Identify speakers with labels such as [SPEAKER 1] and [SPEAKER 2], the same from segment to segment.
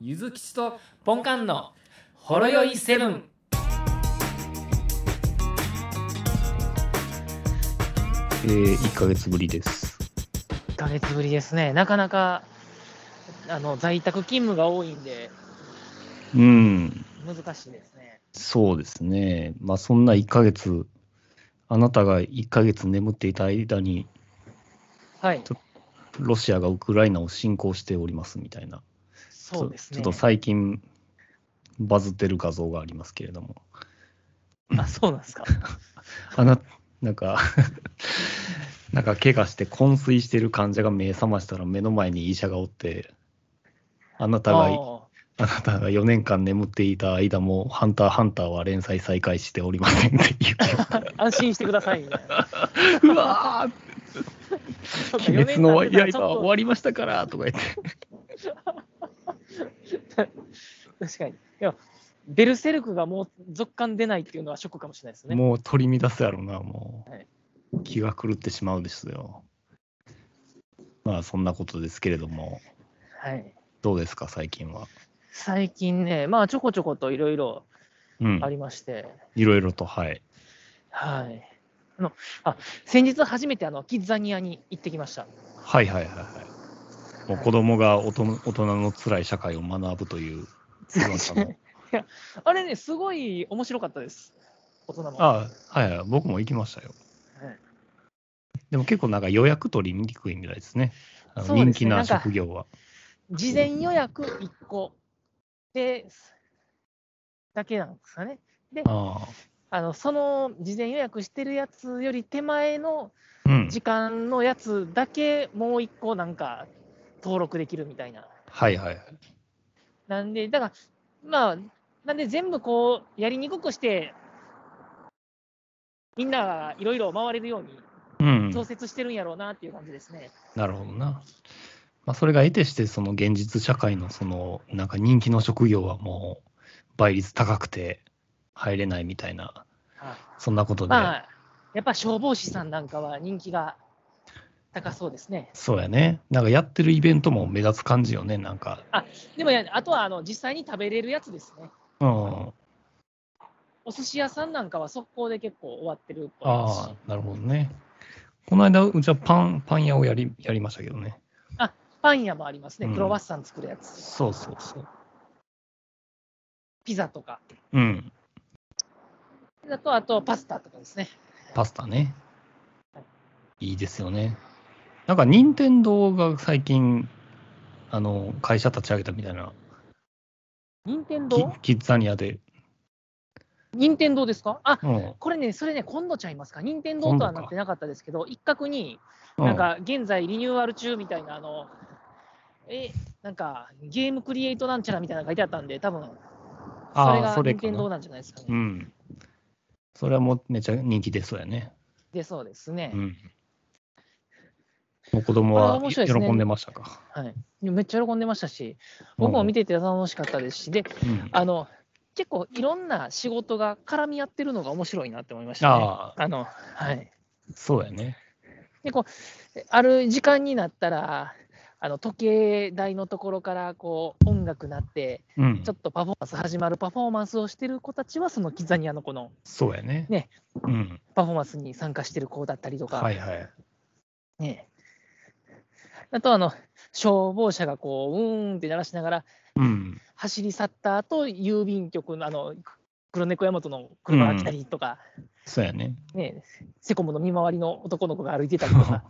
[SPEAKER 1] ゆずきちとポンカンのほろよいセブン。
[SPEAKER 2] えー、1ヶ月ぶりです。
[SPEAKER 3] 1ヶ月ぶりですね、なかなかあの在宅勤務が多いんで、
[SPEAKER 2] うん、
[SPEAKER 3] 難しいですね。
[SPEAKER 2] そうですね。まあ、そんな1ヶ月、あなたが1ヶ月眠っていた間に、
[SPEAKER 3] はい、
[SPEAKER 2] ロシアがウクライナを侵攻しておりますみたいな、
[SPEAKER 3] そうですね。
[SPEAKER 2] ちょっと最近、バズってる画像がありますけれども、
[SPEAKER 3] あ、そうなんですか。
[SPEAKER 2] あな、なんか、 なんか怪我して昏睡してる患者が目覚ましたら目の前に医者がおって、あなたが
[SPEAKER 3] あ
[SPEAKER 2] あなたが4年間眠っていた間も、ハンターハンターは連載再開しておりませんっていう。
[SPEAKER 3] ー安心してくださ いみたいな。
[SPEAKER 2] うわー、
[SPEAKER 3] そうか
[SPEAKER 2] 鬼滅の
[SPEAKER 3] 四年
[SPEAKER 2] 刃
[SPEAKER 3] 間ちょっと
[SPEAKER 2] 終わりましたからとか言って。
[SPEAKER 3] 確かに。いや、ベルセルクがもう続刊出ないっていうのはショックかもしれないですね。
[SPEAKER 2] もう取り乱すやろな、も。
[SPEAKER 3] はいう
[SPEAKER 2] 気が狂ってしまうですよ。まあ、そんなことですけれども、
[SPEAKER 3] はい、
[SPEAKER 2] どうですか、最近は。
[SPEAKER 3] 最近ね、まあちょこちょこといろいろ
[SPEAKER 2] うん
[SPEAKER 3] あ。りまして、
[SPEAKER 2] いろいろと、はい。
[SPEAKER 3] はい。あのあ先日初めてあのキッザニアに行ってきました。
[SPEAKER 2] はいはいはいはい。もう子供が大人大人の辛い社会を学ぶと いう。
[SPEAKER 3] あれね、すごい面白かったです。大人も。
[SPEAKER 2] ああ、はいはい。僕も行きましたよ。でも結構なんか予約取りにくいみたいですね。あの
[SPEAKER 3] そうですね
[SPEAKER 2] 人気な職業は。
[SPEAKER 3] 事前予約1個で、だけなんですかね。
[SPEAKER 2] あ
[SPEAKER 3] あの、その事前予約してるやつより手前の
[SPEAKER 2] あ。うん。
[SPEAKER 3] 時間のやつだけもう1個なんか登録できるみたいな。
[SPEAKER 2] はいはいはい。
[SPEAKER 3] なんで、だから、まあ、なんで全部こう、やりにくくして、みんながいろいろ回れるように
[SPEAKER 2] うん。
[SPEAKER 3] 調節してるんやろうなっていう感じですね。
[SPEAKER 2] なるほどな。まあ、それが得てして、その現実社会のその、なんか人気の職業はもう倍率高くて入れないみたいな、
[SPEAKER 3] はい
[SPEAKER 2] そんなことで。
[SPEAKER 3] まあ、やっぱ消防士さんなんかは人気が高そうですね。
[SPEAKER 2] そうやね。なんかやってるイベントも目立つ感じよね、なんか。
[SPEAKER 3] でもや、あとはあの実際に食べれるやつですね。
[SPEAKER 2] うん。
[SPEAKER 3] お寿司屋さんなんかは速攻で結構終わってるっぽいですし
[SPEAKER 2] ああ、なるほどね。この間、うちはパン、パン屋をやり、やりましたけどね。
[SPEAKER 3] パン屋もありますね。
[SPEAKER 2] うん
[SPEAKER 3] クロワッサン作るやつ、
[SPEAKER 2] そうそうそう。
[SPEAKER 3] ピザとか、
[SPEAKER 2] うん。
[SPEAKER 3] あとあとパスタとかですね。
[SPEAKER 2] パスタね。いいですよね。なんか、任天堂が最近、あの、会社立ち上げたみたいな
[SPEAKER 3] 任天
[SPEAKER 2] キ
[SPEAKER 3] 堂
[SPEAKER 2] キッザニアで、
[SPEAKER 3] 任天堂ですかあ
[SPEAKER 2] うん
[SPEAKER 3] これね、それね、今度ちゃいますか。任天堂とはなってなかったですけど、一角に、
[SPEAKER 2] うん
[SPEAKER 3] なんか現在リニューアル中みたいな、あの、え、なんかゲームクリエイトなんちゃらみたいなの書いてあったんで、多分
[SPEAKER 2] あ
[SPEAKER 3] それ
[SPEAKER 2] ー
[SPEAKER 3] が
[SPEAKER 2] それ
[SPEAKER 3] 任
[SPEAKER 2] か
[SPEAKER 3] 天堂
[SPEAKER 2] な
[SPEAKER 3] なんじゃないですかね。
[SPEAKER 2] うん。それはもうめっちゃ人気出そうやね。
[SPEAKER 3] で、そうですね
[SPEAKER 2] う。ん。もう子供は
[SPEAKER 3] これ面白いで
[SPEAKER 2] 喜
[SPEAKER 3] すね
[SPEAKER 2] んでましたか。
[SPEAKER 3] はい。めっちゃ喜んでましたし、僕も見てて楽しかったですし、で、
[SPEAKER 2] うん
[SPEAKER 3] あの、結構いろんな仕事が絡み合ってるのが面白いなって思いましたね。あ
[SPEAKER 2] ああ、
[SPEAKER 3] の、はい。
[SPEAKER 2] そうやね。
[SPEAKER 3] で、こう、ある時間になったら、あの時計台のところからこう音楽なって、
[SPEAKER 2] うん
[SPEAKER 3] ちょ。っとパフォーマンス始まるパフォーマンスをしてる子たちは、そのキザニアのこの
[SPEAKER 2] そうやね。
[SPEAKER 3] ね
[SPEAKER 2] うん。
[SPEAKER 3] パフォーマンスに参加してる子だったりとか、
[SPEAKER 2] はいはい。
[SPEAKER 3] ねえ。あとあの、消防車がこう、うーんって鳴らしながら、
[SPEAKER 2] うん。
[SPEAKER 3] 走り去った後郵便局のあの黒猫大和の車が来たりとか、
[SPEAKER 2] そうやね。
[SPEAKER 3] ねえ、セコムの見回りの男の子が歩いてたりと か、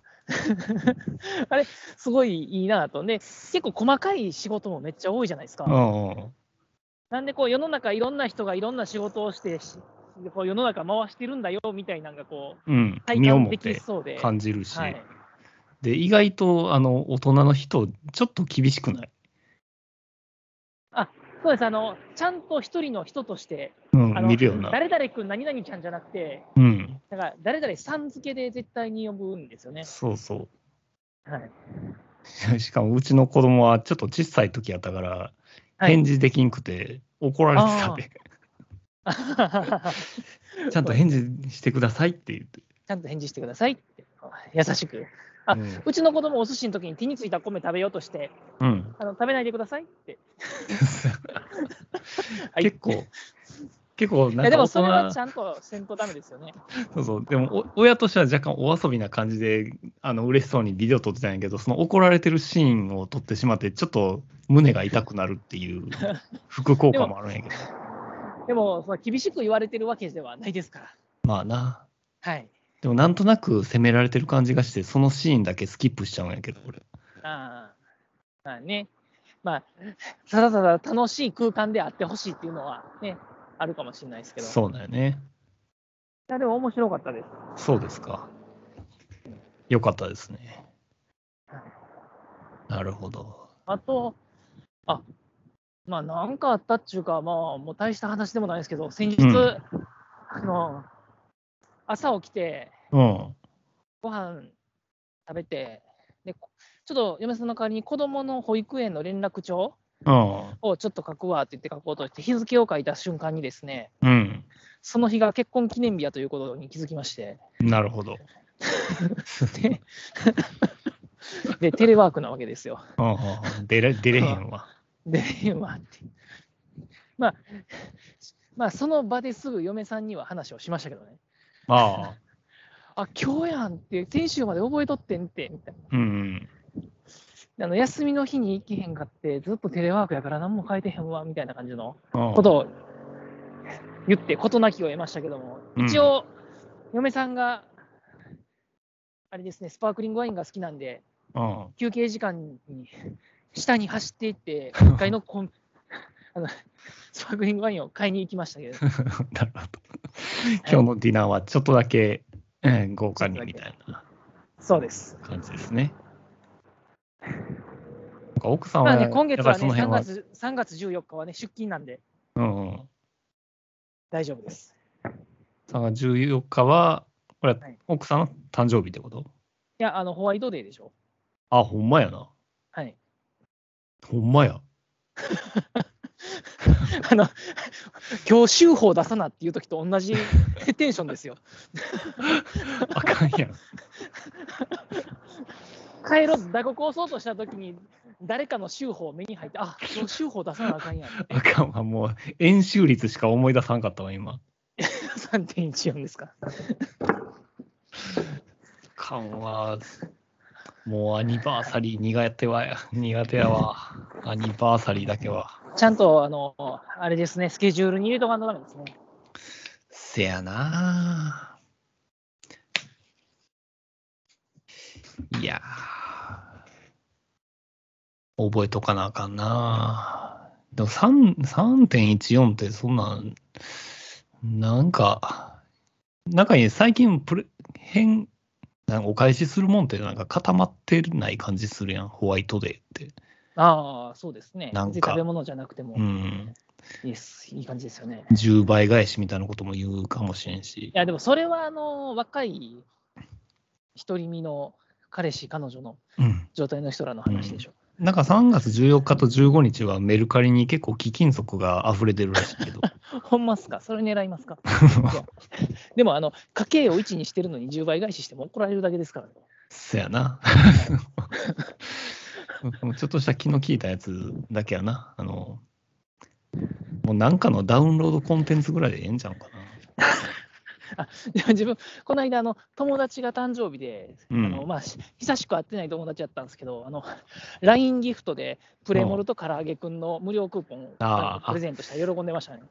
[SPEAKER 3] あれ、すごいいいなと、ね、結構細かい仕事もめっちゃ多いじゃないです
[SPEAKER 2] う
[SPEAKER 3] か。
[SPEAKER 2] んうん。
[SPEAKER 3] なんでこう世の中、いろんな人がいろんな仕事をして、しこう世の中回してるんだよみたいなのがこう
[SPEAKER 2] うん。
[SPEAKER 3] 体
[SPEAKER 2] 身を
[SPEAKER 3] 感
[SPEAKER 2] もっ
[SPEAKER 3] でき
[SPEAKER 2] て
[SPEAKER 3] そうで。
[SPEAKER 2] 感じるし。
[SPEAKER 3] はい、
[SPEAKER 2] で、意外と、あの、大人の人、ちょっと厳しくない。
[SPEAKER 3] そうですあのちゃんと一人の人として、
[SPEAKER 2] うん
[SPEAKER 3] あ、の
[SPEAKER 2] 見るような。
[SPEAKER 3] 誰々君、何々ちゃんじゃなくて、
[SPEAKER 2] うん。
[SPEAKER 3] だから誰々さん付けで絶対に呼ぶんですよね。
[SPEAKER 2] そうそう。
[SPEAKER 3] はい
[SPEAKER 2] しかもうち の子供はちょっと小さい時やったから、
[SPEAKER 3] はい
[SPEAKER 2] 返事できんくて怒られてたで、 ちゃんと返事してくださいって言って。
[SPEAKER 3] ちゃんと返事してくださいって、優しく。あ
[SPEAKER 2] うん
[SPEAKER 3] うちの子供お寿司の時に手についた米食べようとして、
[SPEAKER 2] うん、
[SPEAKER 3] あの食べないでくださいって。はい
[SPEAKER 2] 結構、結構
[SPEAKER 3] い
[SPEAKER 2] なん
[SPEAKER 3] やで
[SPEAKER 2] か
[SPEAKER 3] も
[SPEAKER 2] 大
[SPEAKER 3] それは
[SPEAKER 2] 人
[SPEAKER 3] ちゃんとせんとダメですよね。
[SPEAKER 2] そうそう、でもお親としては若干お遊びな感じで、あの嬉しそうにビデオ撮ってたんやけど、その怒られてるシーンを撮ってしまって、ちょっと胸が痛くなるっ ていう副効果もあるんやけど、
[SPEAKER 3] でも、その厳しく言われてるわけではないですから。
[SPEAKER 2] まあな。
[SPEAKER 3] はい。
[SPEAKER 2] でもなんとなく責められてる感じがして、そのシーンだけスキップしちゃうんやけど、俺。
[SPEAKER 3] ああまあね。まあ、ただただ楽しい空間であってほしいっていうのはね、あるかもしれないですけど。い
[SPEAKER 2] そうだよね。
[SPEAKER 3] や、でも面白かったです。
[SPEAKER 2] そうですか。よかったですね。なるほど。
[SPEAKER 3] あと、あまあ、なんかあったっちゅうか、まあ、もう大した話でもないですけど、先日、
[SPEAKER 2] うん
[SPEAKER 3] あの、朝起きて、
[SPEAKER 2] うん。
[SPEAKER 3] ご飯食べて、で、こちょっと嫁さんの代わりに子供の保育園の連絡帳
[SPEAKER 2] うん。
[SPEAKER 3] をちょっと書くわって言って書こうとして、日付を書いた瞬間にですね、
[SPEAKER 2] うん。
[SPEAKER 3] その日が結婚記念日やということに気づきまして、
[SPEAKER 2] なるほど。
[SPEAKER 3] で、でテレワークなわけですよ。
[SPEAKER 2] うんうんうん出れ出れへんわ。
[SPEAKER 3] で、まあって。まあ、まあ、その場ですぐ嫁さんには話をしましたけどね。
[SPEAKER 2] ああ。
[SPEAKER 3] あ、今日やんって、先週まで覚えとってんって、みたい
[SPEAKER 2] うん
[SPEAKER 3] な。あの休みの日に行きへんかって、ずっとテレワークやから何も書いてへんわ、みたいな感じの
[SPEAKER 2] うん。うん
[SPEAKER 3] ことを言って、事なきを得ましたけども、
[SPEAKER 2] うん
[SPEAKER 3] 一応、嫁さんが、あれですね、スパークリングワインが好きなんで、
[SPEAKER 2] うん。
[SPEAKER 3] 休憩時間に下に走っていって、1階の コンあのスパークリングワインを買いに行きま したけど、
[SPEAKER 2] なるほど。今日のディナーはちょっとだけ、うん、豪華にみたいな
[SPEAKER 3] そうです。
[SPEAKER 2] 感じですね。なんか奥さん
[SPEAKER 3] ま
[SPEAKER 2] は、
[SPEAKER 3] あね、今月はね
[SPEAKER 2] やっぱりそ
[SPEAKER 3] 3
[SPEAKER 2] の辺は、
[SPEAKER 3] 月、3月14日はね、出勤なんで
[SPEAKER 2] うんうん。
[SPEAKER 3] 大丈夫です。
[SPEAKER 2] 3月14日は、これは
[SPEAKER 3] はい
[SPEAKER 2] 奥さんの誕生日ってこと、
[SPEAKER 3] いや、あの、ホワイトデーでしょ。
[SPEAKER 2] あ、ほんまやな。
[SPEAKER 3] はい。
[SPEAKER 2] ほんまや。
[SPEAKER 3] あの、 今日、週報出さなっていう時と同じテンションですよ。
[SPEAKER 2] あかんやん。
[SPEAKER 3] 帰ろう、打刻をそうとした時に、誰かの週報目に入って、あ、今日、週報出さなあかんやん。
[SPEAKER 2] あかんわ。もう、円周率しか思い出さんかったわ、今。
[SPEAKER 3] 3.14ですか。
[SPEAKER 2] あかんわ。もう、アニバーサリー苦手は、苦手やわ。アニバーサリーだけは。
[SPEAKER 3] ちゃんと、あの、あれですね、スケジュールに入れとかんとダメですね。
[SPEAKER 2] せやなあいやあ覚えとかなあかんなあでも3 3.14ってそんなん、なんか、なんかね最近プレ、変、なんかお返しするもんってなんか固まってない感じするやん、ホワイトデーって。
[SPEAKER 3] ああ、そうですね。
[SPEAKER 2] なんか
[SPEAKER 3] 別に食べ物じゃなくても
[SPEAKER 2] うん。
[SPEAKER 3] いいです、いい感じですよね。
[SPEAKER 2] 10倍返しみたいなことも言うかもしれんし
[SPEAKER 3] い。や、でもそれは、あの、若い独り身の彼氏、彼女の
[SPEAKER 2] うん。
[SPEAKER 3] 状態の人らの話でしょ。
[SPEAKER 2] なんか3月14日と15日はメルカリに結構貴金属が溢れてるらしい けど。
[SPEAKER 3] ほんますかそれ狙い ますかいやでも、あの、家計を1にしてるのに10倍返ししても怒られるだけですからね。
[SPEAKER 2] そやな。 ちょっとした気の利いたやつだけやな。あの、もうなんかのダウンロードコンテンツぐらいでええんちゃうか
[SPEAKER 3] でも 自分、この間、あの、友達が誕生日で、
[SPEAKER 2] うん
[SPEAKER 3] あのまあ、し久しく会ってない友達だったんですけど、あの、LINE ギフトで、プレモルと唐揚げくんの無料クーポンを
[SPEAKER 2] ああ
[SPEAKER 3] プレゼントした喜んでましたね。
[SPEAKER 2] な。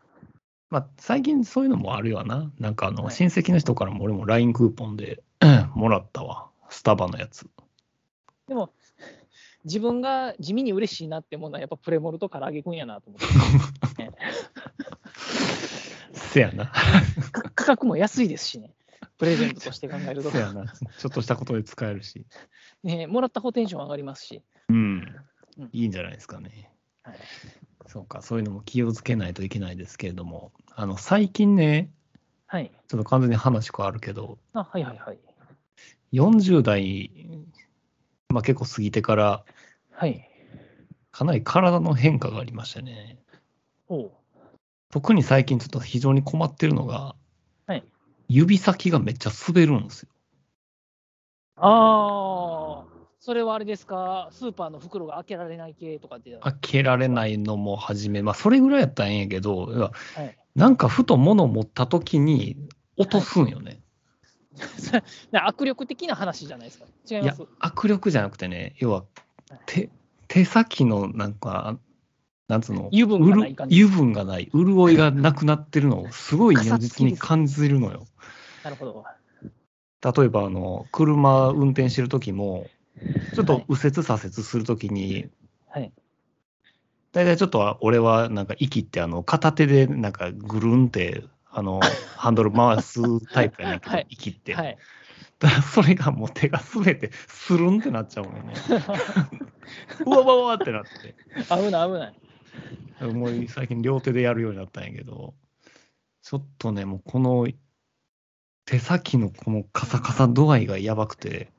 [SPEAKER 2] まあ、最近そういうのもあるよな。なんかあの、
[SPEAKER 3] はい
[SPEAKER 2] 親戚の人からも俺も LINE クーポンで もらったわ。スタバのやつ。
[SPEAKER 3] でも、自分が地味に嬉しいなってものは、やっぱプレモルと唐揚げくんやなと思って、
[SPEAKER 2] せやな。
[SPEAKER 3] か価格も安いですしね、プレゼントとして考えると
[SPEAKER 2] せ、やな。 ちょっとしたことで使えるし。
[SPEAKER 3] ね、もらった方テンション上がりますし、
[SPEAKER 2] うん
[SPEAKER 3] うん、
[SPEAKER 2] いいんじゃないですかね。
[SPEAKER 3] はい
[SPEAKER 2] そうか、そういうのも気をつけないといけないですけれども、あの最近ね、
[SPEAKER 3] はい、
[SPEAKER 2] ちょっと完全に話変わるけど、
[SPEAKER 3] あはいはいはい、
[SPEAKER 2] 40代、まあ、結構過ぎてから、
[SPEAKER 3] はい、
[SPEAKER 2] かなり体の変化がありましたね。
[SPEAKER 3] おう
[SPEAKER 2] 特に最近ちょっと非常に困ってるのが、
[SPEAKER 3] はい
[SPEAKER 2] 指先がめっちゃ滑るんですよ。
[SPEAKER 3] ああ、それはあれですか、スーパーの袋が開けられない系とかって。
[SPEAKER 2] 開けられないのも始め、まあ、それぐらいやったらええんやけど、い
[SPEAKER 3] は
[SPEAKER 2] や
[SPEAKER 3] い
[SPEAKER 2] なんかふと物持った時に落とすんよね。
[SPEAKER 3] な 握力的な話じゃないですか。違
[SPEAKER 2] い、
[SPEAKER 3] いま
[SPEAKER 2] や
[SPEAKER 3] す。、
[SPEAKER 2] 握力じゃなくてね、要は手手先のなんか、なんつうの、
[SPEAKER 3] 油分がない感じ。
[SPEAKER 2] うる油分がない、潤いがなくなってるのをすごい如実に感じるのよ。
[SPEAKER 3] なるほど。
[SPEAKER 2] 例えばあの車運転してる時もちょ
[SPEAKER 3] は
[SPEAKER 2] っと
[SPEAKER 3] い
[SPEAKER 2] 右折左折する時に、
[SPEAKER 3] はい
[SPEAKER 2] 大体ちょっとは俺はなんか息ってあの片手でなんかぐるんってあのハンドル回すタイプやねんけど、
[SPEAKER 3] はい
[SPEAKER 2] 息って、
[SPEAKER 3] はい。
[SPEAKER 2] だから それがもう手が滑ってスルンってなっちゃうの よねうわうわうわってなって
[SPEAKER 3] 危ない危ない。
[SPEAKER 2] もう最近両手でやるようになったんやけど、ちょっとね、もうこの手先のこのカサカサ度合いがやばくて、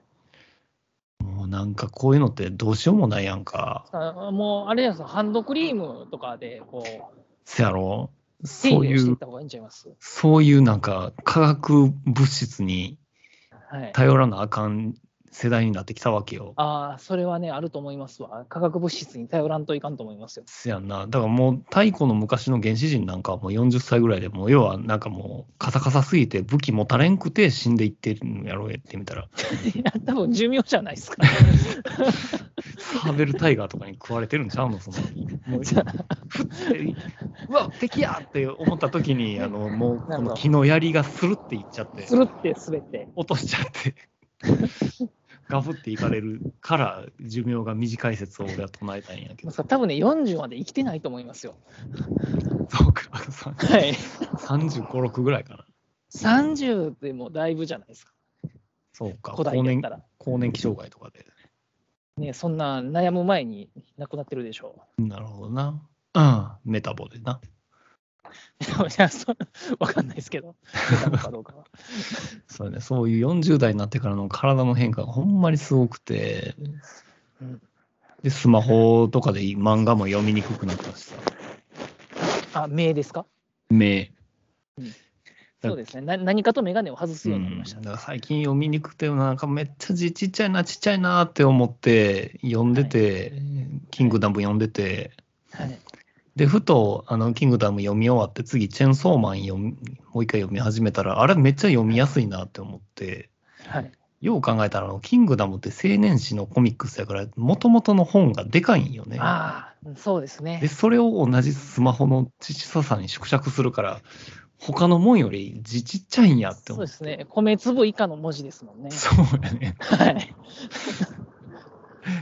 [SPEAKER 2] もうなんかこういうのってどうしようもないやんか。
[SPEAKER 3] あもう、あれですハンドクリームとかで、こう、
[SPEAKER 2] せやろ
[SPEAKER 3] 手
[SPEAKER 2] そう
[SPEAKER 3] 入
[SPEAKER 2] い
[SPEAKER 3] れをしていうっ、た方がいいんちゃいます。
[SPEAKER 2] そういうなんか化学物質に
[SPEAKER 3] はい。
[SPEAKER 2] 頼らなあかん世代になってきたわけよ。
[SPEAKER 3] ああ、それはね、あると思いますわ。化学物質に頼らんといかんと思います よ。
[SPEAKER 2] せやんな。だからもう太古の昔の原始人なんかはもう40歳ぐらいでもう要はなんかもうカサカサすぎて武器持たれんくて死んでいってるんやろうやってみたら。
[SPEAKER 3] いや、多分寿命じゃないですか。
[SPEAKER 2] サーベルタイガーとかに食われてるんちゃうのそのも う
[SPEAKER 3] じゃ
[SPEAKER 2] ふってうわ敵やって思った時にあのもう
[SPEAKER 3] な
[SPEAKER 2] こ
[SPEAKER 3] るほど
[SPEAKER 2] の木の槍がスルっていっちゃって
[SPEAKER 3] つるって滑って。
[SPEAKER 2] 落としちゃってガブっていかれるから寿命が短い説を俺は唱えたんやけ
[SPEAKER 3] まあ
[SPEAKER 2] ど
[SPEAKER 3] さ多分ね、40まで生きてないと思いますよ。
[SPEAKER 2] そうか
[SPEAKER 3] はい。
[SPEAKER 2] 3 5 6ぐらいかな
[SPEAKER 3] 30でもだいぶじゃないですか。
[SPEAKER 2] そうか
[SPEAKER 3] 古代だ
[SPEAKER 2] 更
[SPEAKER 3] っ
[SPEAKER 2] 年
[SPEAKER 3] たら。
[SPEAKER 2] 更年期障害とかで
[SPEAKER 3] ね、そんな悩む前に亡くなってるでしょ
[SPEAKER 2] なるほどなうんメタボでな
[SPEAKER 3] う。 いや、そわかんないですけど。出たのかどうか は。
[SPEAKER 2] そう,、ね、そういう40代になってからの体の変化がほんまにすごくて
[SPEAKER 3] うん
[SPEAKER 2] で、スマホとかで漫画も読みにくくなったしさ。
[SPEAKER 3] あ、目ですか
[SPEAKER 2] 目。
[SPEAKER 3] そうですね。な何かと眼鏡を外すようになりました
[SPEAKER 2] うん。だから最近読みにくくて、なんかめっちゃ字ちっちゃいな、ちっちゃいなって思って、読んでて、キングダム読んでて、
[SPEAKER 3] はい。
[SPEAKER 2] で、ふと、あの、キングダム読み終わって、次、チェンソーマン読み、もう一回読み始めたら、あれめっちゃ読みやすいなって思って、
[SPEAKER 3] はい。
[SPEAKER 2] よう考えたら、あのキングダムって青年誌のコミックスやから、もともとの本がでかいんよね。
[SPEAKER 3] ああ、そうです
[SPEAKER 2] で、
[SPEAKER 3] ね。
[SPEAKER 2] それを同じスマホのちっささに縮尺するから、他のもんより字ちっちゃいんやっ
[SPEAKER 3] そ
[SPEAKER 2] て
[SPEAKER 3] う
[SPEAKER 2] 思
[SPEAKER 3] で
[SPEAKER 2] う。
[SPEAKER 3] すね。米粒以下の文字ですもんね。
[SPEAKER 2] そうやね。
[SPEAKER 3] はい。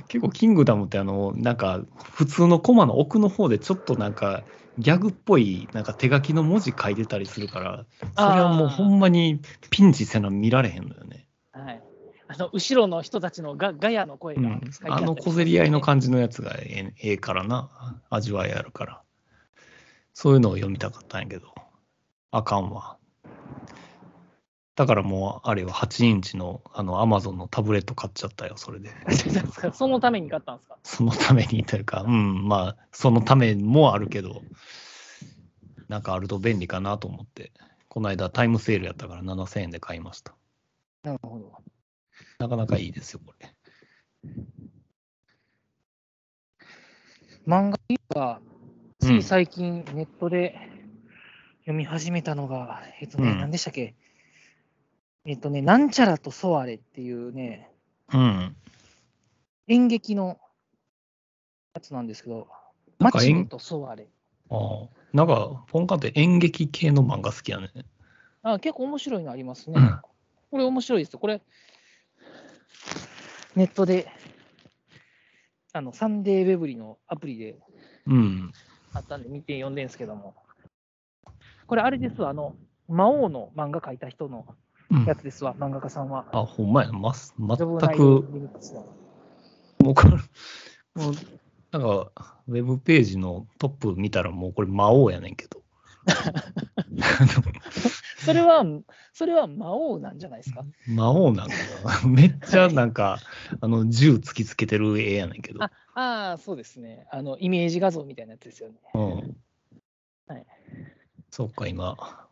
[SPEAKER 2] 結構、キングダムって、あの、なんか、普通のコマの奥の方で、ちょっとなんか、ギャグっぽい、なんか手書きの文字書いてたりするから、それはもう
[SPEAKER 3] あー
[SPEAKER 2] ほんまにピンチせな見られへんのよね。
[SPEAKER 3] はい。あの、後ろの人たちのガガヤの声
[SPEAKER 2] う
[SPEAKER 3] が
[SPEAKER 2] ん。あの小競り合いの感じのやつがええええからな。味わいあるから。そういうのを読みたかったんやけど。あかんわ。だからもう、あれは8インチの、あの、アマゾンのタブレット買っちゃったよ、それで。
[SPEAKER 3] じ。 そのために買ったんですか
[SPEAKER 2] そのためにというか、うん、まあ、そのためもあるけど、なんかあると便利かなと思って、この間タイムセールやったから7000円で買いました。
[SPEAKER 3] なるほど。
[SPEAKER 2] なかなかいいですよ、これ。
[SPEAKER 3] 漫画が、つ
[SPEAKER 2] うん
[SPEAKER 3] い最近ネットで読み始めたのが、えっとね、
[SPEAKER 2] うん
[SPEAKER 3] 何でしたっけえっとね、なんちゃらとソアレっていうね、
[SPEAKER 2] うん。
[SPEAKER 3] 演劇のやつなんですけど、
[SPEAKER 2] な
[SPEAKER 3] マ
[SPEAKER 2] んか
[SPEAKER 3] チ
[SPEAKER 2] 演
[SPEAKER 3] ルとソアレ。
[SPEAKER 2] ああ。なんか、ポンカンって演劇系の漫画好きやね。
[SPEAKER 3] あ結構面白いのありますね
[SPEAKER 2] うん。
[SPEAKER 3] これ面白いですよ。これ、ネットで、あの、サンデーウェブリのアプリで
[SPEAKER 2] うん。
[SPEAKER 3] あったんで見て読んでんですけども。これあれですわ、あの、魔王の漫画描いた人の
[SPEAKER 2] うん
[SPEAKER 3] やつですわ、漫画家さんは。
[SPEAKER 2] あ、ほんまやな。ま、全
[SPEAKER 3] ジョブナイト
[SPEAKER 2] く、
[SPEAKER 3] リミックスの
[SPEAKER 2] もうなんか、ウェブページのトップ見たらもうこれ魔王やねんけど。
[SPEAKER 3] それは、それは魔王なんじゃないですか。
[SPEAKER 2] 魔王なんかな めっちゃなんか、あの、銃突きつけてる絵やねんけど。
[SPEAKER 3] ああ、そうですね。あの、イメージ画像みたいなやつですよね。
[SPEAKER 2] うん。
[SPEAKER 3] はい
[SPEAKER 2] そうか、今、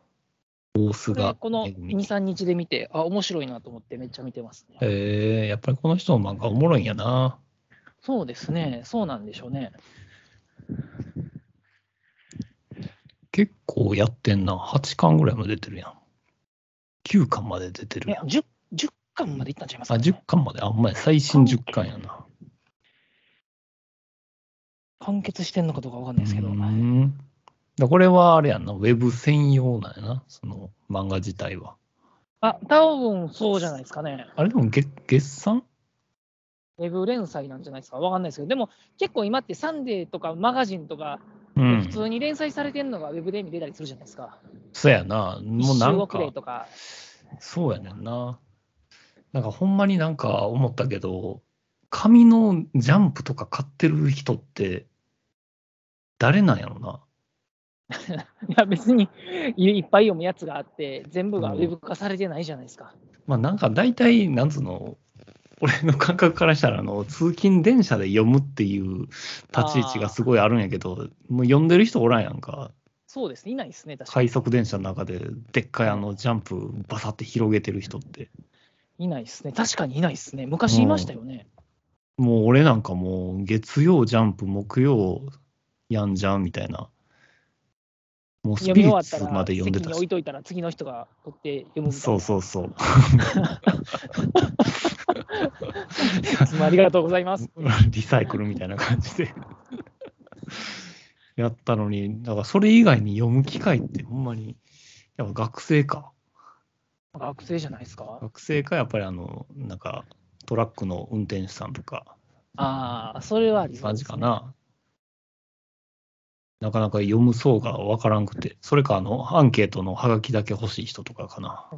[SPEAKER 2] 大須
[SPEAKER 3] で
[SPEAKER 2] 賀
[SPEAKER 3] この
[SPEAKER 2] め
[SPEAKER 3] 2
[SPEAKER 2] ぐみ、
[SPEAKER 3] 3日で見て、あ、面白いなと思ってめっちゃ見てますね。
[SPEAKER 2] えー、やっぱりこの人の漫画おもろいんやな。
[SPEAKER 3] そうですね、そうなんでしょうね。
[SPEAKER 2] 結構やってんな。8巻ぐらいも出てるやん。9巻まで出て
[SPEAKER 3] い
[SPEAKER 2] る
[SPEAKER 3] や
[SPEAKER 2] やん。
[SPEAKER 3] 10、10巻までいったんちゃいます
[SPEAKER 2] あ、
[SPEAKER 3] か、
[SPEAKER 2] 10
[SPEAKER 3] ね。
[SPEAKER 2] 巻まで。あんまり最新10巻やな。
[SPEAKER 3] 完結してんのかどうかわかんないですけど。
[SPEAKER 2] う
[SPEAKER 3] はい
[SPEAKER 2] んだこれはあれやんな。ウェブ専用なんやな。その漫画自体は。
[SPEAKER 3] あ、多分そうじゃないですかね。
[SPEAKER 2] あれでも月月産
[SPEAKER 3] ウェブ連載なんじゃないですか。わかんないですけど、でも結構今ってサンデーとかマガジンとか、
[SPEAKER 2] う
[SPEAKER 3] 普
[SPEAKER 2] ん。
[SPEAKER 3] 通に連載されてるのがウェブで見れたりするじゃないですか。
[SPEAKER 2] そうやな。もう
[SPEAKER 3] 一
[SPEAKER 2] な
[SPEAKER 3] 周
[SPEAKER 2] ん
[SPEAKER 3] 遅
[SPEAKER 2] か
[SPEAKER 3] れ、とか。
[SPEAKER 2] そうやねんな。なんかほんまになんか思ったけど、紙のジャンプとか買ってる人って、誰なんやろな。
[SPEAKER 3] いや、別にいいっぱい読むやつがあって、全部がウェブ化されてないじゃないですか。
[SPEAKER 2] まあなんか大体、なんつうの、俺の感覚からしたら、あの、通勤電車で読むっていう立ち位置がすごいあるんやけど、もう読んでる人おらんやんか。
[SPEAKER 3] そうですね、いないですね、確かに。
[SPEAKER 2] 快速電車の中で、でっかいあのジャンプバサって広げてる人って。
[SPEAKER 3] いないですね、確かにいないですね。昔いましたよね。
[SPEAKER 2] もう俺なんかもう月曜ジャンプ、木曜やんじゃんみたいな。もうスピ
[SPEAKER 3] 読み
[SPEAKER 2] リ
[SPEAKER 3] 終わ
[SPEAKER 2] ッ
[SPEAKER 3] った
[SPEAKER 2] ツ
[SPEAKER 3] ら、
[SPEAKER 2] まで
[SPEAKER 3] 席
[SPEAKER 2] 読んでた
[SPEAKER 3] に置い
[SPEAKER 2] し。
[SPEAKER 3] といたら、次の人が取って読むみた
[SPEAKER 2] そ
[SPEAKER 3] いうな。
[SPEAKER 2] そうそう。
[SPEAKER 3] いつもありがとうございます。
[SPEAKER 2] リサイクルみたいな感じで やったのに、だからそれ以外に読む機会ってほんまに、やっぱ学生か。
[SPEAKER 3] 学生じゃないですか。
[SPEAKER 2] 学生か、やっぱりあの、なんかトラックの運転手さんとか、
[SPEAKER 3] ああ、それはありそう
[SPEAKER 2] 感
[SPEAKER 3] です
[SPEAKER 2] じ
[SPEAKER 3] ね
[SPEAKER 2] か。な。なかなか読む層がわからんくて、それかあの、アンケートのハガキだけ欲しい人とかかな。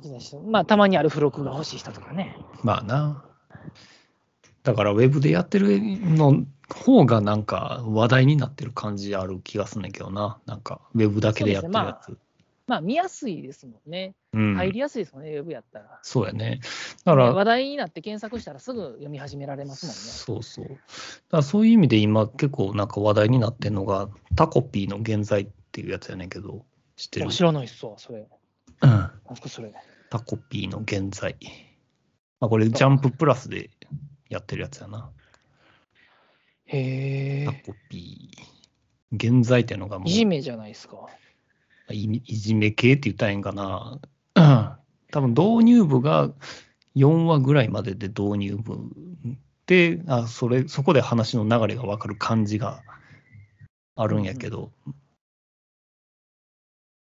[SPEAKER 3] まあ、たまにある付録が欲しい人とかね。
[SPEAKER 2] まあな。だからウェブでやってるの方がなんか話題になってる感じある気がすんねんけどな。なんかウェブだけでやってるやつ。
[SPEAKER 3] まあ、見やすいですもんね。
[SPEAKER 2] うん、
[SPEAKER 3] 入りやすいですもんね、ウェブやったら。
[SPEAKER 2] そうやね。だから、
[SPEAKER 3] 話題になって検索したらすぐ読み始められますもんね。
[SPEAKER 2] そうそう。だからそういう意味で今結構なんか話題になってるのがタコピーの現在っていうやつやねんけど、知ってる
[SPEAKER 3] あ知らないっすわ、それ。
[SPEAKER 2] うん
[SPEAKER 3] なんすか、それ。
[SPEAKER 2] タコピーの現在。まあ、これ、ジャンププラスでやってるやつやな。
[SPEAKER 3] へえ
[SPEAKER 2] タ。コピー。現在っていうのがもう
[SPEAKER 3] いじめじゃないですか。
[SPEAKER 2] いじいじめ系って言ったらええんかな。 うん多分導入部が4話ぐらいまでで導入部で、あそれそこで話の流れが分かる感じがあるんやけど、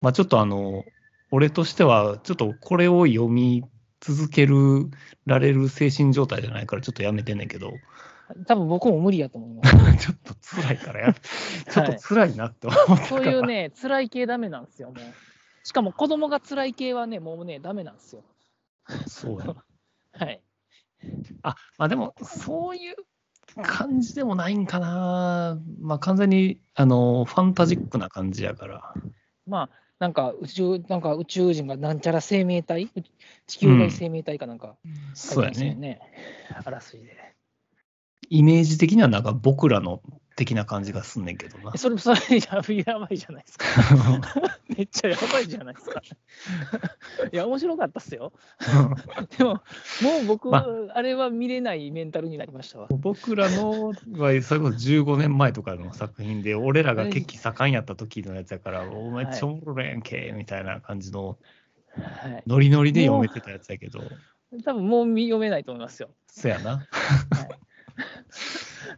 [SPEAKER 2] まあちょっとあの、俺としては、ちょっとこれを読み続けるられる精神状態じゃないから、ちょっとやめてんねんけど、
[SPEAKER 3] 多分僕も無理やと思い ます。
[SPEAKER 2] ちょっと辛いからや、ちょっと辛いなって 思ったか
[SPEAKER 3] そう
[SPEAKER 2] ら、
[SPEAKER 3] いうね、辛い系ダメなんですよ、もう。しかも子供が辛い系はね、もうね、ダメなんですよ。
[SPEAKER 2] そうやな
[SPEAKER 3] はい。
[SPEAKER 2] あ、まあでも、そういう感じでもないんかな。まあ完全に、あの、ファンタジックな感じやから。
[SPEAKER 3] まあ、なんか宇宙、なんか宇宙人がなんちゃら生命体地球外生命体かなんか、
[SPEAKER 2] そうや
[SPEAKER 3] 書いてますもん
[SPEAKER 2] ね。
[SPEAKER 3] ね。あらすじで。
[SPEAKER 2] イメージ的にはなんか僕らの的な感じがすんねんけどな
[SPEAKER 3] え。それ、それやばいやばいじゃない ですか。めっちゃやばいじゃないですか。いや、面白かったっす よ。でも、もう僕、
[SPEAKER 2] ま
[SPEAKER 3] あれは見れないメンタルになりましたわ。
[SPEAKER 2] 僕らのは、それこそ15年前とかの作品で、俺らが血気盛んやった時のやつやから、お前ちょもろれんけ、みたいな感じの
[SPEAKER 3] はい。
[SPEAKER 2] ノリノリで読めてたやつやけど、
[SPEAKER 3] 多分もう見読めないと思いますよ。
[SPEAKER 2] そやな。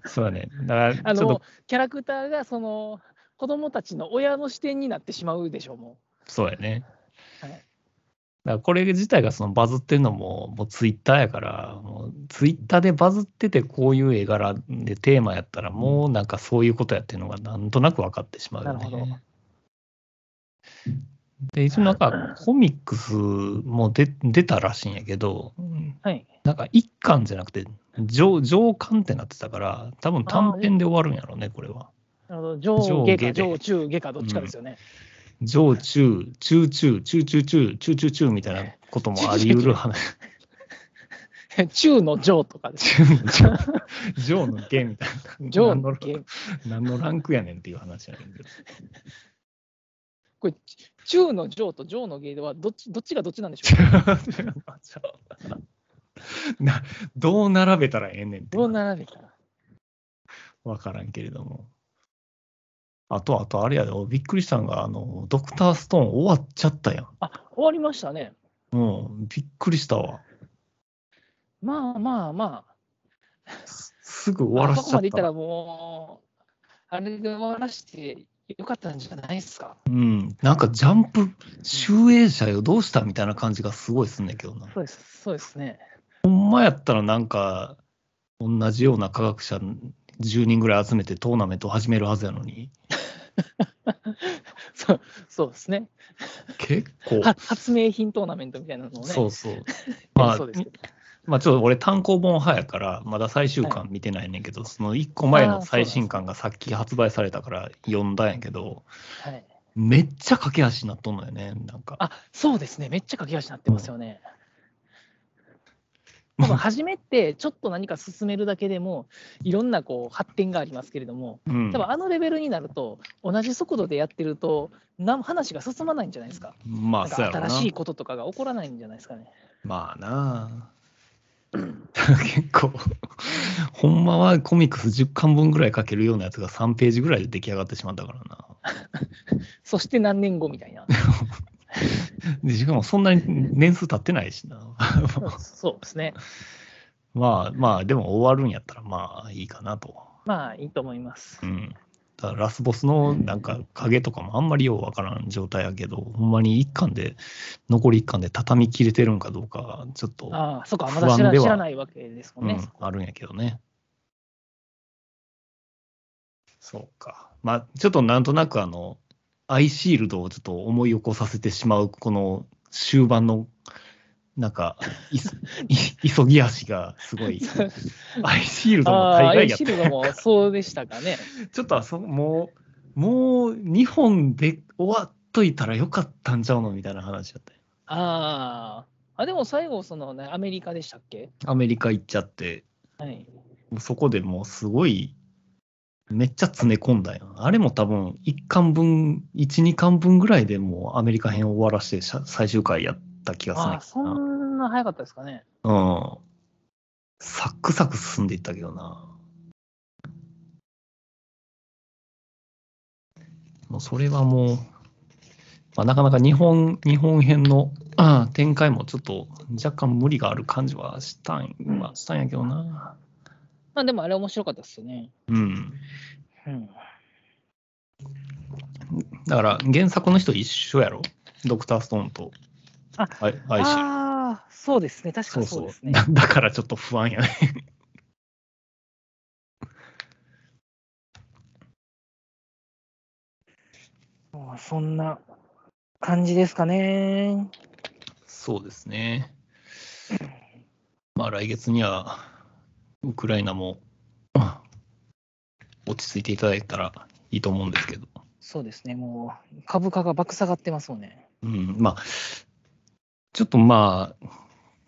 [SPEAKER 2] そうやね。だか
[SPEAKER 3] あ
[SPEAKER 2] ら、ちょっ
[SPEAKER 3] の
[SPEAKER 2] と、、
[SPEAKER 3] キャラクターがその子供たちの親の視点になってしまうでしょう、も
[SPEAKER 2] そうやね。
[SPEAKER 3] はい
[SPEAKER 2] だからこれ自体がそのバズってるのも、もうツイッターやから、もうツイッターでバズってて、こういう絵柄でテーマやったら、もうなんかそういうことやってるのがなんとなく分かってしまうよね。
[SPEAKER 3] なるほど
[SPEAKER 2] で、一応なんかコミックスも出出たらしいんやけど、
[SPEAKER 3] う。はい。
[SPEAKER 2] なんか一巻じゃなくて上、上巻ってなってたから、多分短編で終わるんやろね、これは。
[SPEAKER 3] あの上下
[SPEAKER 2] 上下
[SPEAKER 3] か
[SPEAKER 2] で
[SPEAKER 3] 上中下かどっちかですよね。
[SPEAKER 2] 上中、中中、中中中、中中中みたいなこともあり得る 話。
[SPEAKER 3] 中の上とかです。
[SPEAKER 2] ジョージョーのゲみたいな。
[SPEAKER 3] 上
[SPEAKER 2] 何の
[SPEAKER 3] の下。
[SPEAKER 2] 何のランクやねんっていう話やねんけど。
[SPEAKER 3] これ、中の上と上の芸ではどっち、どっちがどっちなんでしょうか
[SPEAKER 2] 違う違う などう並べたらええねんって
[SPEAKER 3] どう並べたら。
[SPEAKER 2] 分からんけれども。あと、あと、あれやで、びっくりしたのが、あの、ドクターストーン終わっちゃったやん。
[SPEAKER 3] あ、終わりましたね。
[SPEAKER 2] うん、びっくりしたわ。
[SPEAKER 3] まあまあまあ。
[SPEAKER 2] すすぐ終わら
[SPEAKER 3] あ
[SPEAKER 2] し
[SPEAKER 3] そ
[SPEAKER 2] ち
[SPEAKER 3] こ
[SPEAKER 2] ゃ
[SPEAKER 3] ま
[SPEAKER 2] っ
[SPEAKER 3] でいった
[SPEAKER 2] た。
[SPEAKER 3] らもう、あれで終わらしてよかったんじゃないですか。
[SPEAKER 2] うん、なんかジャンプ、集英社よ、どうしたみたいな感じがすごいすんねんけどな。
[SPEAKER 3] そうです、そうですね。
[SPEAKER 2] ほんまやったらなんか、同じような科学者10人ぐらい集めてトーナメント始めるはずやのに、
[SPEAKER 3] そうそうですね。
[SPEAKER 2] 結構、
[SPEAKER 3] は発明品トーナメントみたいなのをね。
[SPEAKER 2] そ うそう。
[SPEAKER 3] ま
[SPEAKER 2] ま
[SPEAKER 3] あ、
[SPEAKER 2] あ
[SPEAKER 3] そう、ですけど。
[SPEAKER 2] まあ、ちょっと俺単行本派やから、まだ最終巻見てないねんけど、その1個前の最新巻がさっき発売されたから読んだんやけど、
[SPEAKER 3] はい、
[SPEAKER 2] めっちゃ駆け足になっとんのよね、なんか。
[SPEAKER 3] あそうですね。めっちゃ駆け足になってますよね。多分初めってちょっと何か進めるだけでもいろんなこう発展がありますけれども
[SPEAKER 2] うん
[SPEAKER 3] 多分あのレベルになると同じ速度でやってるとなん話が進まないんじゃないですか
[SPEAKER 2] ま
[SPEAKER 3] な
[SPEAKER 2] あ、
[SPEAKER 3] ん
[SPEAKER 2] そう
[SPEAKER 3] か
[SPEAKER 2] やろな
[SPEAKER 3] 新。しいこととかが起こらないんじゃないですかね
[SPEAKER 2] まあなあ。結構、ほんまはコミックス10巻分ぐらい書けるようなやつが3ページぐらいで出来上がってしまったからな。
[SPEAKER 3] そして何年後みたい な
[SPEAKER 2] でしかもそんなに年数経ってないしな。
[SPEAKER 3] うんそうですね
[SPEAKER 2] まあまあ、でも終わるんやったらまあいいかなと。
[SPEAKER 3] まあいいと思います
[SPEAKER 2] うん。だからラスボスのなんか影とかもあんまりようわからん状態やけど、ほんまに1巻で、残り1巻で畳み切れてるんかどうか、ちょっと、
[SPEAKER 3] ああそっかまだ知
[SPEAKER 2] 不安
[SPEAKER 3] ら
[SPEAKER 2] では
[SPEAKER 3] 知らないわけですも
[SPEAKER 2] うん
[SPEAKER 3] ね、
[SPEAKER 2] ん、あるんやけどね。そうか。まあ、ちょっとなんとなくあの、アイシールドをちょっと思い起こさせてしまう、この終盤の、なんか、い そい急ぎ足がすごい、アイシールドも
[SPEAKER 3] ああ
[SPEAKER 2] 大
[SPEAKER 3] ア
[SPEAKER 2] 概
[SPEAKER 3] イ
[SPEAKER 2] やっ
[SPEAKER 3] シ
[SPEAKER 2] た
[SPEAKER 3] ールドもそうでしたかね
[SPEAKER 2] ちょっとあそもう、もう2本で終わっといたらよかったんちゃうのみたいな話だったよ
[SPEAKER 3] あああでも最後その、ね、アメリカでしたっけ
[SPEAKER 2] アメリカ行っちゃって、
[SPEAKER 3] はい
[SPEAKER 2] そこでもうすごい、めっちゃ詰め込んだよ。あれも多分、1巻分、1、2巻分ぐらいでもうアメリカ編を終わらしてしゃ最終回やった気がする
[SPEAKER 3] あ
[SPEAKER 2] ね
[SPEAKER 3] あそんな早かったですかね
[SPEAKER 2] うん。サックサク進んでいったけどな。もうそれはもう、まあ、なかなか日本日本編のうん展開もちょっと若干無理がある感じはしたん,、まあ、したんやけどな。
[SPEAKER 3] まあでもあれ面白かったですよね
[SPEAKER 2] うん。
[SPEAKER 3] うん
[SPEAKER 2] だから原作の人一緒やろドクターストーンと。
[SPEAKER 3] あ
[SPEAKER 2] あい、愛し
[SPEAKER 3] ああ、そうですね。確か
[SPEAKER 2] そう
[SPEAKER 3] に
[SPEAKER 2] そ
[SPEAKER 3] そう
[SPEAKER 2] う
[SPEAKER 3] ですね。
[SPEAKER 2] だ。 だからちょっと不安やね。
[SPEAKER 3] もうそんな感じですかね。
[SPEAKER 2] そうですね。まあ来月にはウクライナも まあ落ち着いていただいたらいいと思うんですけど、
[SPEAKER 3] そうですね。もう株価が爆下がってますもんね。
[SPEAKER 2] うん、まあちょっとまあ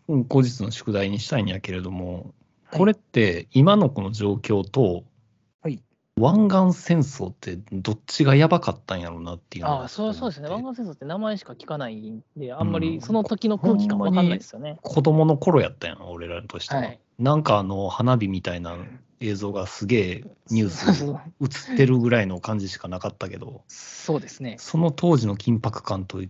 [SPEAKER 2] うん後日の宿題にしたいんやけれども、
[SPEAKER 3] はい
[SPEAKER 2] これって今のこの状況と、
[SPEAKER 3] はい
[SPEAKER 2] 湾岸戦争ってどっちがやばかったんやろうなっていうのが
[SPEAKER 3] ああ、そうそうですね。
[SPEAKER 2] ちょっと思
[SPEAKER 3] 湾
[SPEAKER 2] って
[SPEAKER 3] 岸戦争って名前しか聞かないんで、あんま
[SPEAKER 2] う
[SPEAKER 3] り
[SPEAKER 2] ん
[SPEAKER 3] その時の空気感わかんないですよね。
[SPEAKER 2] 子供の頃やったやん、俺らとしては。
[SPEAKER 3] はい
[SPEAKER 2] なんかあの、花火みたいな映像がすげえニュー
[SPEAKER 3] そう
[SPEAKER 2] ス
[SPEAKER 3] そう
[SPEAKER 2] 映ってるぐらいの感じしかなかったけど、
[SPEAKER 3] そうですね。
[SPEAKER 2] その当時の緊迫感と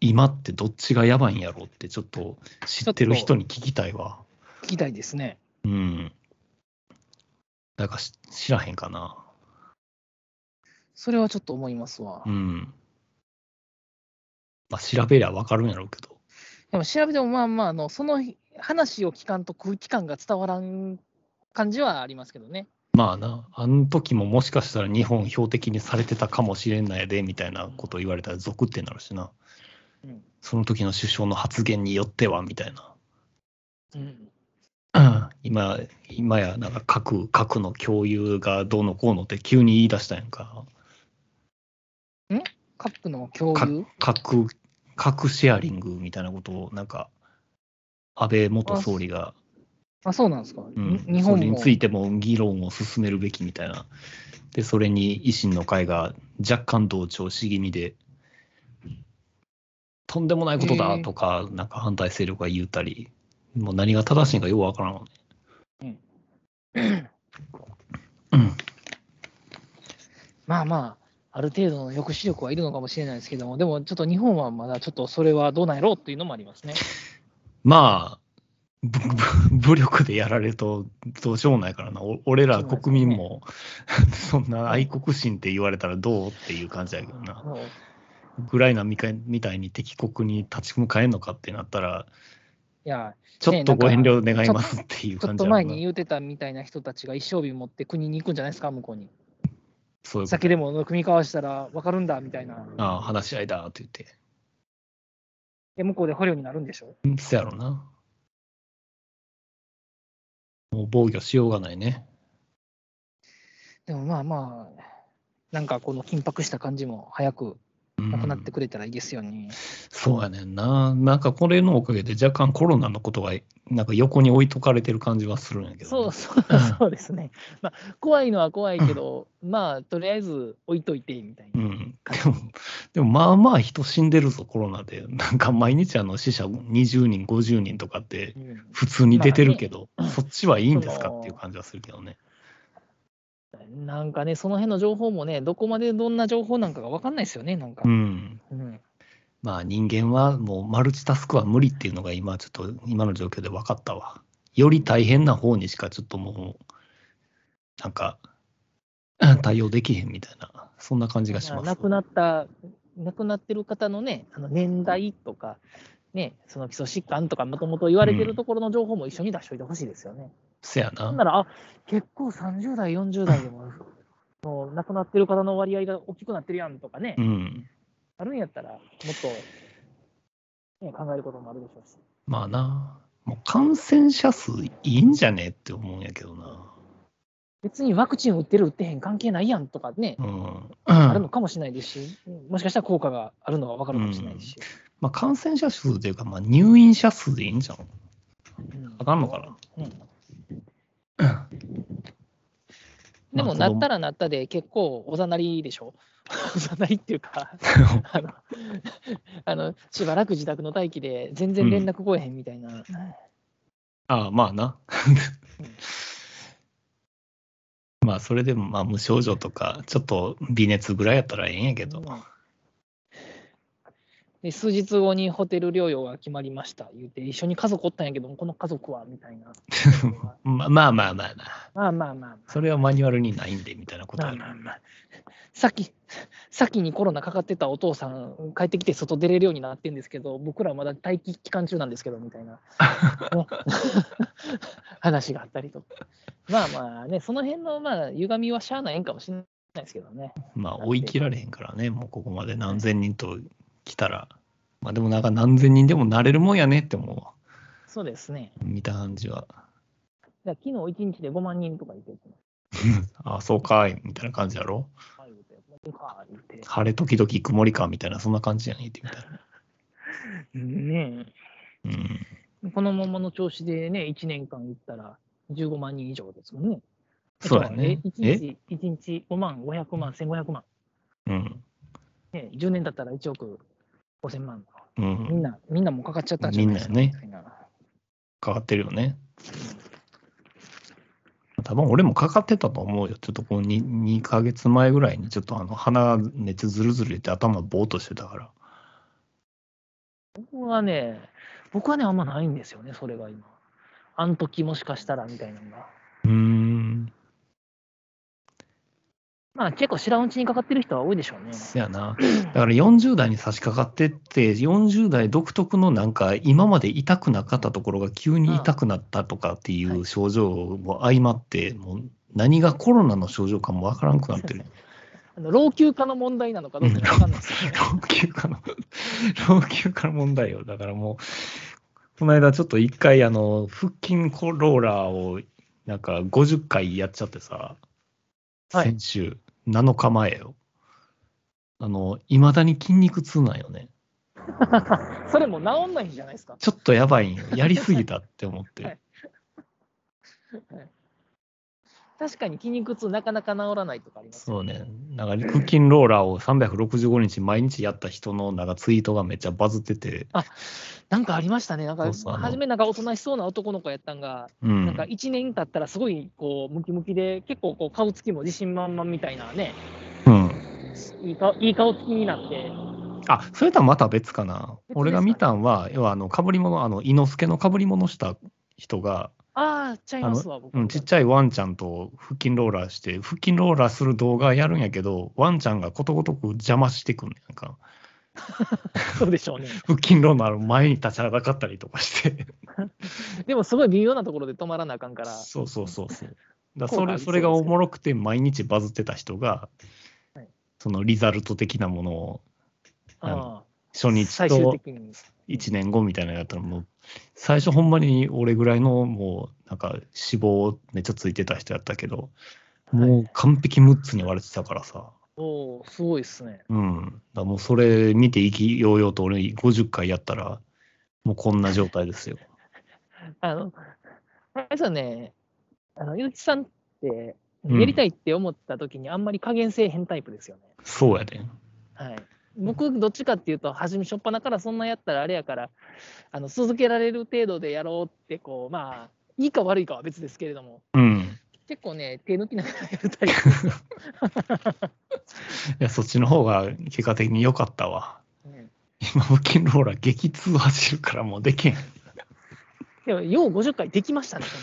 [SPEAKER 2] 今ってどっちがやばいんやろうってちょっと知ってる人に聞きたいわ。
[SPEAKER 3] 聞きたいですね。
[SPEAKER 2] うん。なんかし知らへんかな。
[SPEAKER 3] それはちょっと思いますわ。
[SPEAKER 2] うん。まあ調べりゃわかるんやろうけど。
[SPEAKER 3] でも調べてもまあまああの、その話を聞かんと空気感が伝わらん感じはありますけどね。
[SPEAKER 2] まあな、あの時ももしかしたら日本標的にされてたかもしれないでみたいなことを言われたらゾクってなるしな、
[SPEAKER 3] うん
[SPEAKER 2] その時の首相の発言によってはみたいな、
[SPEAKER 3] うん、
[SPEAKER 2] 今今やなんか核核の共有がどうのこうのって急に言い出したやんか、
[SPEAKER 3] カップの共
[SPEAKER 2] か
[SPEAKER 3] 有
[SPEAKER 2] 核核シェアリングみたいなことを、なんか安倍元総理が、
[SPEAKER 3] あ、そうなんですか。
[SPEAKER 2] うん、
[SPEAKER 3] に日本
[SPEAKER 2] それに
[SPEAKER 3] も
[SPEAKER 2] ついても議論を進めるべきみたいな。で、それに維新の会が若干同調し気味で、とんでもないことだとか、なんか反対勢力が言うたり、もう何が正しいんかようわからんわね。うん。
[SPEAKER 3] まあまあ、ある程度の抑止力はいるのかもしれないですけども、でもちょっと日本はまだちょっとそれはどうなんやろうっていうのもありますね。
[SPEAKER 2] まあ、ぶぶ武力でやられるとどうしようもないからな、お俺ら国民も、 そんな愛国心って言われたらどうっていう感じだけどな。
[SPEAKER 3] もう
[SPEAKER 2] ウクライナみかいみたいに敵国に立ち向かえんのかってなったら、
[SPEAKER 3] いや、
[SPEAKER 2] ちょっとご遠慮願いますって
[SPEAKER 3] ち
[SPEAKER 2] いう
[SPEAKER 3] ょっ
[SPEAKER 2] 感
[SPEAKER 3] と
[SPEAKER 2] じやろな
[SPEAKER 3] 前に言うてたみたいな人たちが一生日持って国に行くんじゃないですか、向こうに。
[SPEAKER 2] そういうこと
[SPEAKER 3] 酒でも組み交わしたら分かるんだみたいな。
[SPEAKER 2] ああ話し合いだって言って。
[SPEAKER 3] で、向こうで捕虜になるんでしょ
[SPEAKER 2] うんそやろな。もう防御しようがないね。
[SPEAKER 3] でもまあまあ、なんかこの緊迫した感じも早く
[SPEAKER 2] うん
[SPEAKER 3] なくなってくれたらいいですよね。
[SPEAKER 2] そうやねんな。なんかこれのおかげで若干コロナのことがなんか横に置いとかれてる感じはするんやけどね、
[SPEAKER 3] そうそうそうですね。まあ、怖いのは怖いけ ど、まあ、とりあえず置いといてみたいな。
[SPEAKER 2] うん。でも、でもまあまあ人死んでるぞ、コロナで。なんか毎日あの死者20人、50人とかって
[SPEAKER 3] うん
[SPEAKER 2] 普通に出てるけど、そっちはいいんですかっていう感じはするけどね。
[SPEAKER 3] なんかね、その辺の情報もね、どこまでどんな情報なんかが分かんないですよね、なんか。
[SPEAKER 2] うん。
[SPEAKER 3] うん
[SPEAKER 2] まあ人間はもうマルチタスクは無理っていうのが今ちょっと今の状況で分かったわ。より大変な方にしかちょっともうなんか うん対応できへんみたいなそんな感じがします。
[SPEAKER 3] 亡くなった、亡くなってる方のね、あの年代とか、ね、その基礎疾患とか、もともと言われて
[SPEAKER 2] うん
[SPEAKER 3] るところの情報も一緒に出しておいてほしいですよね。
[SPEAKER 2] せや
[SPEAKER 3] なん
[SPEAKER 2] な。
[SPEAKER 3] なら、あ結構30代、40代でも、もう亡くなってる方の割合が大きくなってるやんとかね、
[SPEAKER 2] うん。
[SPEAKER 3] あるんやったら、もっと、ね、考えることもあるでしょうし。
[SPEAKER 2] まあな。もう感染者数いいんじゃねって思うんやけどな。
[SPEAKER 3] 別にワクチン打ってる、打ってへん関係ないやんとかね、
[SPEAKER 2] うん。
[SPEAKER 3] あるのかもしれないですし、もしかしたら効果があるのが分かるかもしれないし。
[SPEAKER 2] まあ感染者数というかまあ入院者数でいいんじゃん。
[SPEAKER 3] うん
[SPEAKER 2] あかんのかな。
[SPEAKER 3] でも、
[SPEAKER 2] まあ
[SPEAKER 3] なったらなったで、結構おざなりでしょ。 おざなりっていう か、あの、 あのしばらく自宅の待機で、全然連絡来えへんみたいな。
[SPEAKER 2] ああ、まあな。 まあ、それでも、まあ、無症状とか、ちょっと微熱ぐらいやったらええんやけど。
[SPEAKER 3] で数日後にホテル療養が決まりました言って一緒に家族おったんやけどこの家族はみた いな
[SPEAKER 2] まあまあまあまあまあ
[SPEAKER 3] まあまあまあ
[SPEAKER 2] それはマニュアルにないんで、みたいなこと
[SPEAKER 3] ま
[SPEAKER 2] や
[SPEAKER 3] あ
[SPEAKER 2] な
[SPEAKER 3] まあまあ。先、先にコロナかかってたお父さん、帰ってきて外出れるようになってんですけど、僕らまだ待機期間中なんですけど、みたい な、ね話があったりとか。まあまあね、その辺の、まあ、歪みはしゃあないんかもしれないですけどね。
[SPEAKER 2] まあ、追い切られへんからね、もうここまで何千人と来たら。まあ、でもなんか何千人でもなれるもんやねって思うわ。
[SPEAKER 3] そうですね。
[SPEAKER 2] 見た感じ
[SPEAKER 3] だ
[SPEAKER 2] は。
[SPEAKER 3] から昨日1日で5万人とか言ってて、
[SPEAKER 2] ああ、そうかい、みたいな感じやろ。
[SPEAKER 3] はい言うてそうか言うて
[SPEAKER 2] 晴れ時々曇りか、みたいな、そんな感じやねって、みたいな。
[SPEAKER 3] ね
[SPEAKER 2] うん。
[SPEAKER 3] えこのままの調子でね、1年間行ったら15万人以上ですもんね。
[SPEAKER 2] そうやね。
[SPEAKER 3] 1
[SPEAKER 2] え
[SPEAKER 3] 日、一日5万、500万、1500万。
[SPEAKER 2] うん。
[SPEAKER 3] ね、10年だったら1億5000万。
[SPEAKER 2] うん
[SPEAKER 3] みんな、みんなもうかかっちゃったんじゃないですか。
[SPEAKER 2] みんな
[SPEAKER 3] みたいな
[SPEAKER 2] かかってるよね。多分俺もかかってたと思うよ。ちょっとこう 2, 2ヶ月前ぐらいにちょっとあの鼻めっちゃずるずる言って頭ぼーっとしてたから。
[SPEAKER 3] 僕はね、僕はね、あんまないんですよね、それが今。あの時もしかしたらみたいなのが。
[SPEAKER 2] うーん。
[SPEAKER 3] まあ結構知らんうちにかかってる人は多いでしょうね。
[SPEAKER 2] そやな。だから40代に差し掛かってって、40代独特のなんか今まで痛くなかったところが急に痛くなったとかっていう症状も相まって、もう何がコロナの症状かもわからんくなってる。
[SPEAKER 3] あの老朽化の問題なのかどうかわかんないですよね。
[SPEAKER 2] 老朽化の 老朽化の問題よだからもうこの間ちょっと一回あの腹筋コローラーをなんか50回やっちゃってさ、
[SPEAKER 3] はい
[SPEAKER 2] 先週7日前よあのいまだに筋肉痛なんよね
[SPEAKER 3] それも治んないんじゃないですか。
[SPEAKER 2] ちょっと やばいんよやりすぎたって思って、
[SPEAKER 3] はい確かに筋肉痛なかなか治らないとかありますよ
[SPEAKER 2] そうね。なんか、腹筋ローラーを365日毎日やった人の、なんかツイートがめっちゃバズってて、
[SPEAKER 3] なんかありましたね。なん
[SPEAKER 2] そ
[SPEAKER 3] か
[SPEAKER 2] うそうあの
[SPEAKER 3] 初めなんかおとなしそうな男の子やったんが、
[SPEAKER 2] うん。
[SPEAKER 3] なんか1年経ったらすごいこうムキムキで、結構こう顔つきも自信満々みたいなね、
[SPEAKER 2] うん。
[SPEAKER 3] いい顔いい顔つきになって、
[SPEAKER 2] あ、それとはまた別かな。
[SPEAKER 3] 別
[SPEAKER 2] 俺が
[SPEAKER 3] ですかね
[SPEAKER 2] 見たんは、要は、あの、被り物、あの、伊之助の被り物した人が、
[SPEAKER 3] ああ、ちゃいますわ、僕。
[SPEAKER 2] うん、ちっちゃいワンちゃんと腹筋ローラーして、腹筋ローラーする動画やるんやけど、ワンちゃんがことごとく邪魔してくんねん。なんか、
[SPEAKER 3] そうでしょうね。
[SPEAKER 2] 腹筋ローラーの前に立ちはだかったりとかして。
[SPEAKER 3] でもすごい微妙なところで止まらなあかんから、
[SPEAKER 2] そうそうそうそう。だ
[SPEAKER 3] 効果
[SPEAKER 2] そ
[SPEAKER 3] あ
[SPEAKER 2] れ
[SPEAKER 3] りそうですよ
[SPEAKER 2] それがおもろくて、毎日バズってた人が
[SPEAKER 3] はい、
[SPEAKER 2] そのリザルト的なものを
[SPEAKER 3] ああ
[SPEAKER 2] 初日
[SPEAKER 3] 最終
[SPEAKER 2] と
[SPEAKER 3] 的に。
[SPEAKER 2] 1年後みたいなのやったら、もう、最初ほんまに俺ぐらいの、もう、なんか脂肪めっちゃついてた人やったけど、もう完璧6つに割れてたからさ。
[SPEAKER 3] おお、すごいっすね。
[SPEAKER 2] うん。だからもうそれ見て意気揚々と俺50回やったら、もうこんな状態ですよ。
[SPEAKER 3] あの、あれですよね、あの、ゆうきさんって、
[SPEAKER 2] うん
[SPEAKER 3] やりたいって思った時にあんまり加減せえへんタイプですよね。
[SPEAKER 2] そうやで。
[SPEAKER 3] はい。僕、どっちかっていうと、初め、初っ端からそんなやったらあれやから、あの、続けられる程度でやろうって、こう、まあ、いいか悪いかは別ですけれども、
[SPEAKER 2] うん。
[SPEAKER 3] 結構ね、手抜きながらやるタイプですよ、
[SPEAKER 2] いや、そっちの方が結果的に良かったわ。
[SPEAKER 3] ね。
[SPEAKER 2] 今、腹筋ローラー激痛走るからもうできん。い
[SPEAKER 3] でも、よう50回できましたね、ほ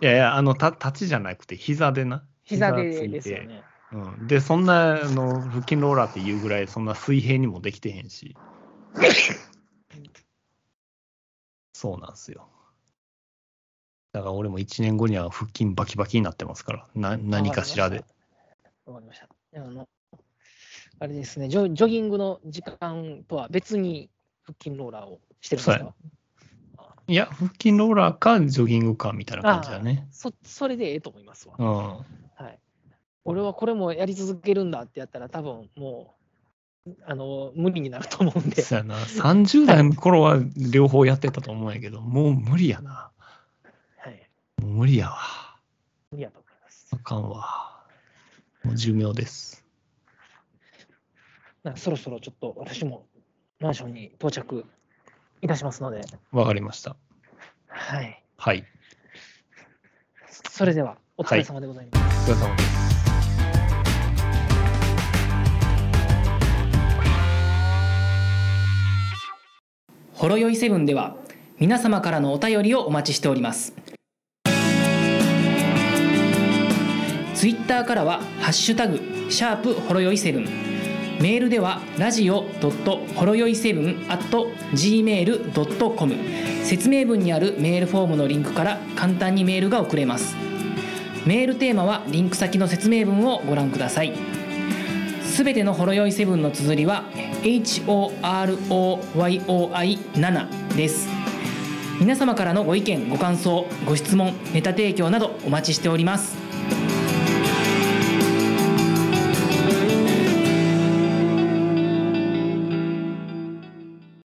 [SPEAKER 3] んで。
[SPEAKER 2] やいや、あの、た立ちじゃなくて膝でな。
[SPEAKER 3] 膝
[SPEAKER 2] つい
[SPEAKER 3] で
[SPEAKER 2] て
[SPEAKER 3] ですよね。
[SPEAKER 2] うん。で、そんな、あの、腹筋ローラーっていうぐらい、そんな水平にもできてへんし。そうなんですよ。だから俺も1年後には腹筋バキバキになってますから、な何かしらで。
[SPEAKER 3] わかりました。でもあの、あれですねジョ、ジョギングの時間とは別に腹筋ローラーをしてるんです
[SPEAKER 2] そう
[SPEAKER 3] か
[SPEAKER 2] いや、腹筋ローラーかジョギングかみたいな感じだね。
[SPEAKER 3] そそれでええと思いますわ。
[SPEAKER 2] うん。
[SPEAKER 3] はい。俺はこれもやり続けるんだってやったら、多分もう、あの、無理になると思うんで、
[SPEAKER 2] そうやな。30代の頃は両方やってたと思うんやけど、もう無理やな。
[SPEAKER 3] はい。
[SPEAKER 2] もう無理やわ。
[SPEAKER 3] 無理やと思います
[SPEAKER 2] あ。かんわ。もう寿命です。
[SPEAKER 3] なんかそろそろちょっと私もマンションに到着いたしますので、
[SPEAKER 2] わかりました。
[SPEAKER 3] はい。
[SPEAKER 2] はい。
[SPEAKER 3] それでは、お疲れ様でございます。
[SPEAKER 2] お疲れ様です。
[SPEAKER 1] ほろよいセブンでは皆様からのお便りをお待ちしておりますツイッターからは「ハッシュタグシャープほろよいセブン」メールではラジオドットほろよいセブン at gmail.com 説明文にあるメールフォームのリンクから簡単にメールが送れますメールテーマはリンク先の説明文をご覧くださいすべてのほろ酔いセブンの綴りは HOROYOI7 です皆様からのご意見ご感想ご質問ネタ提供などお待ちしております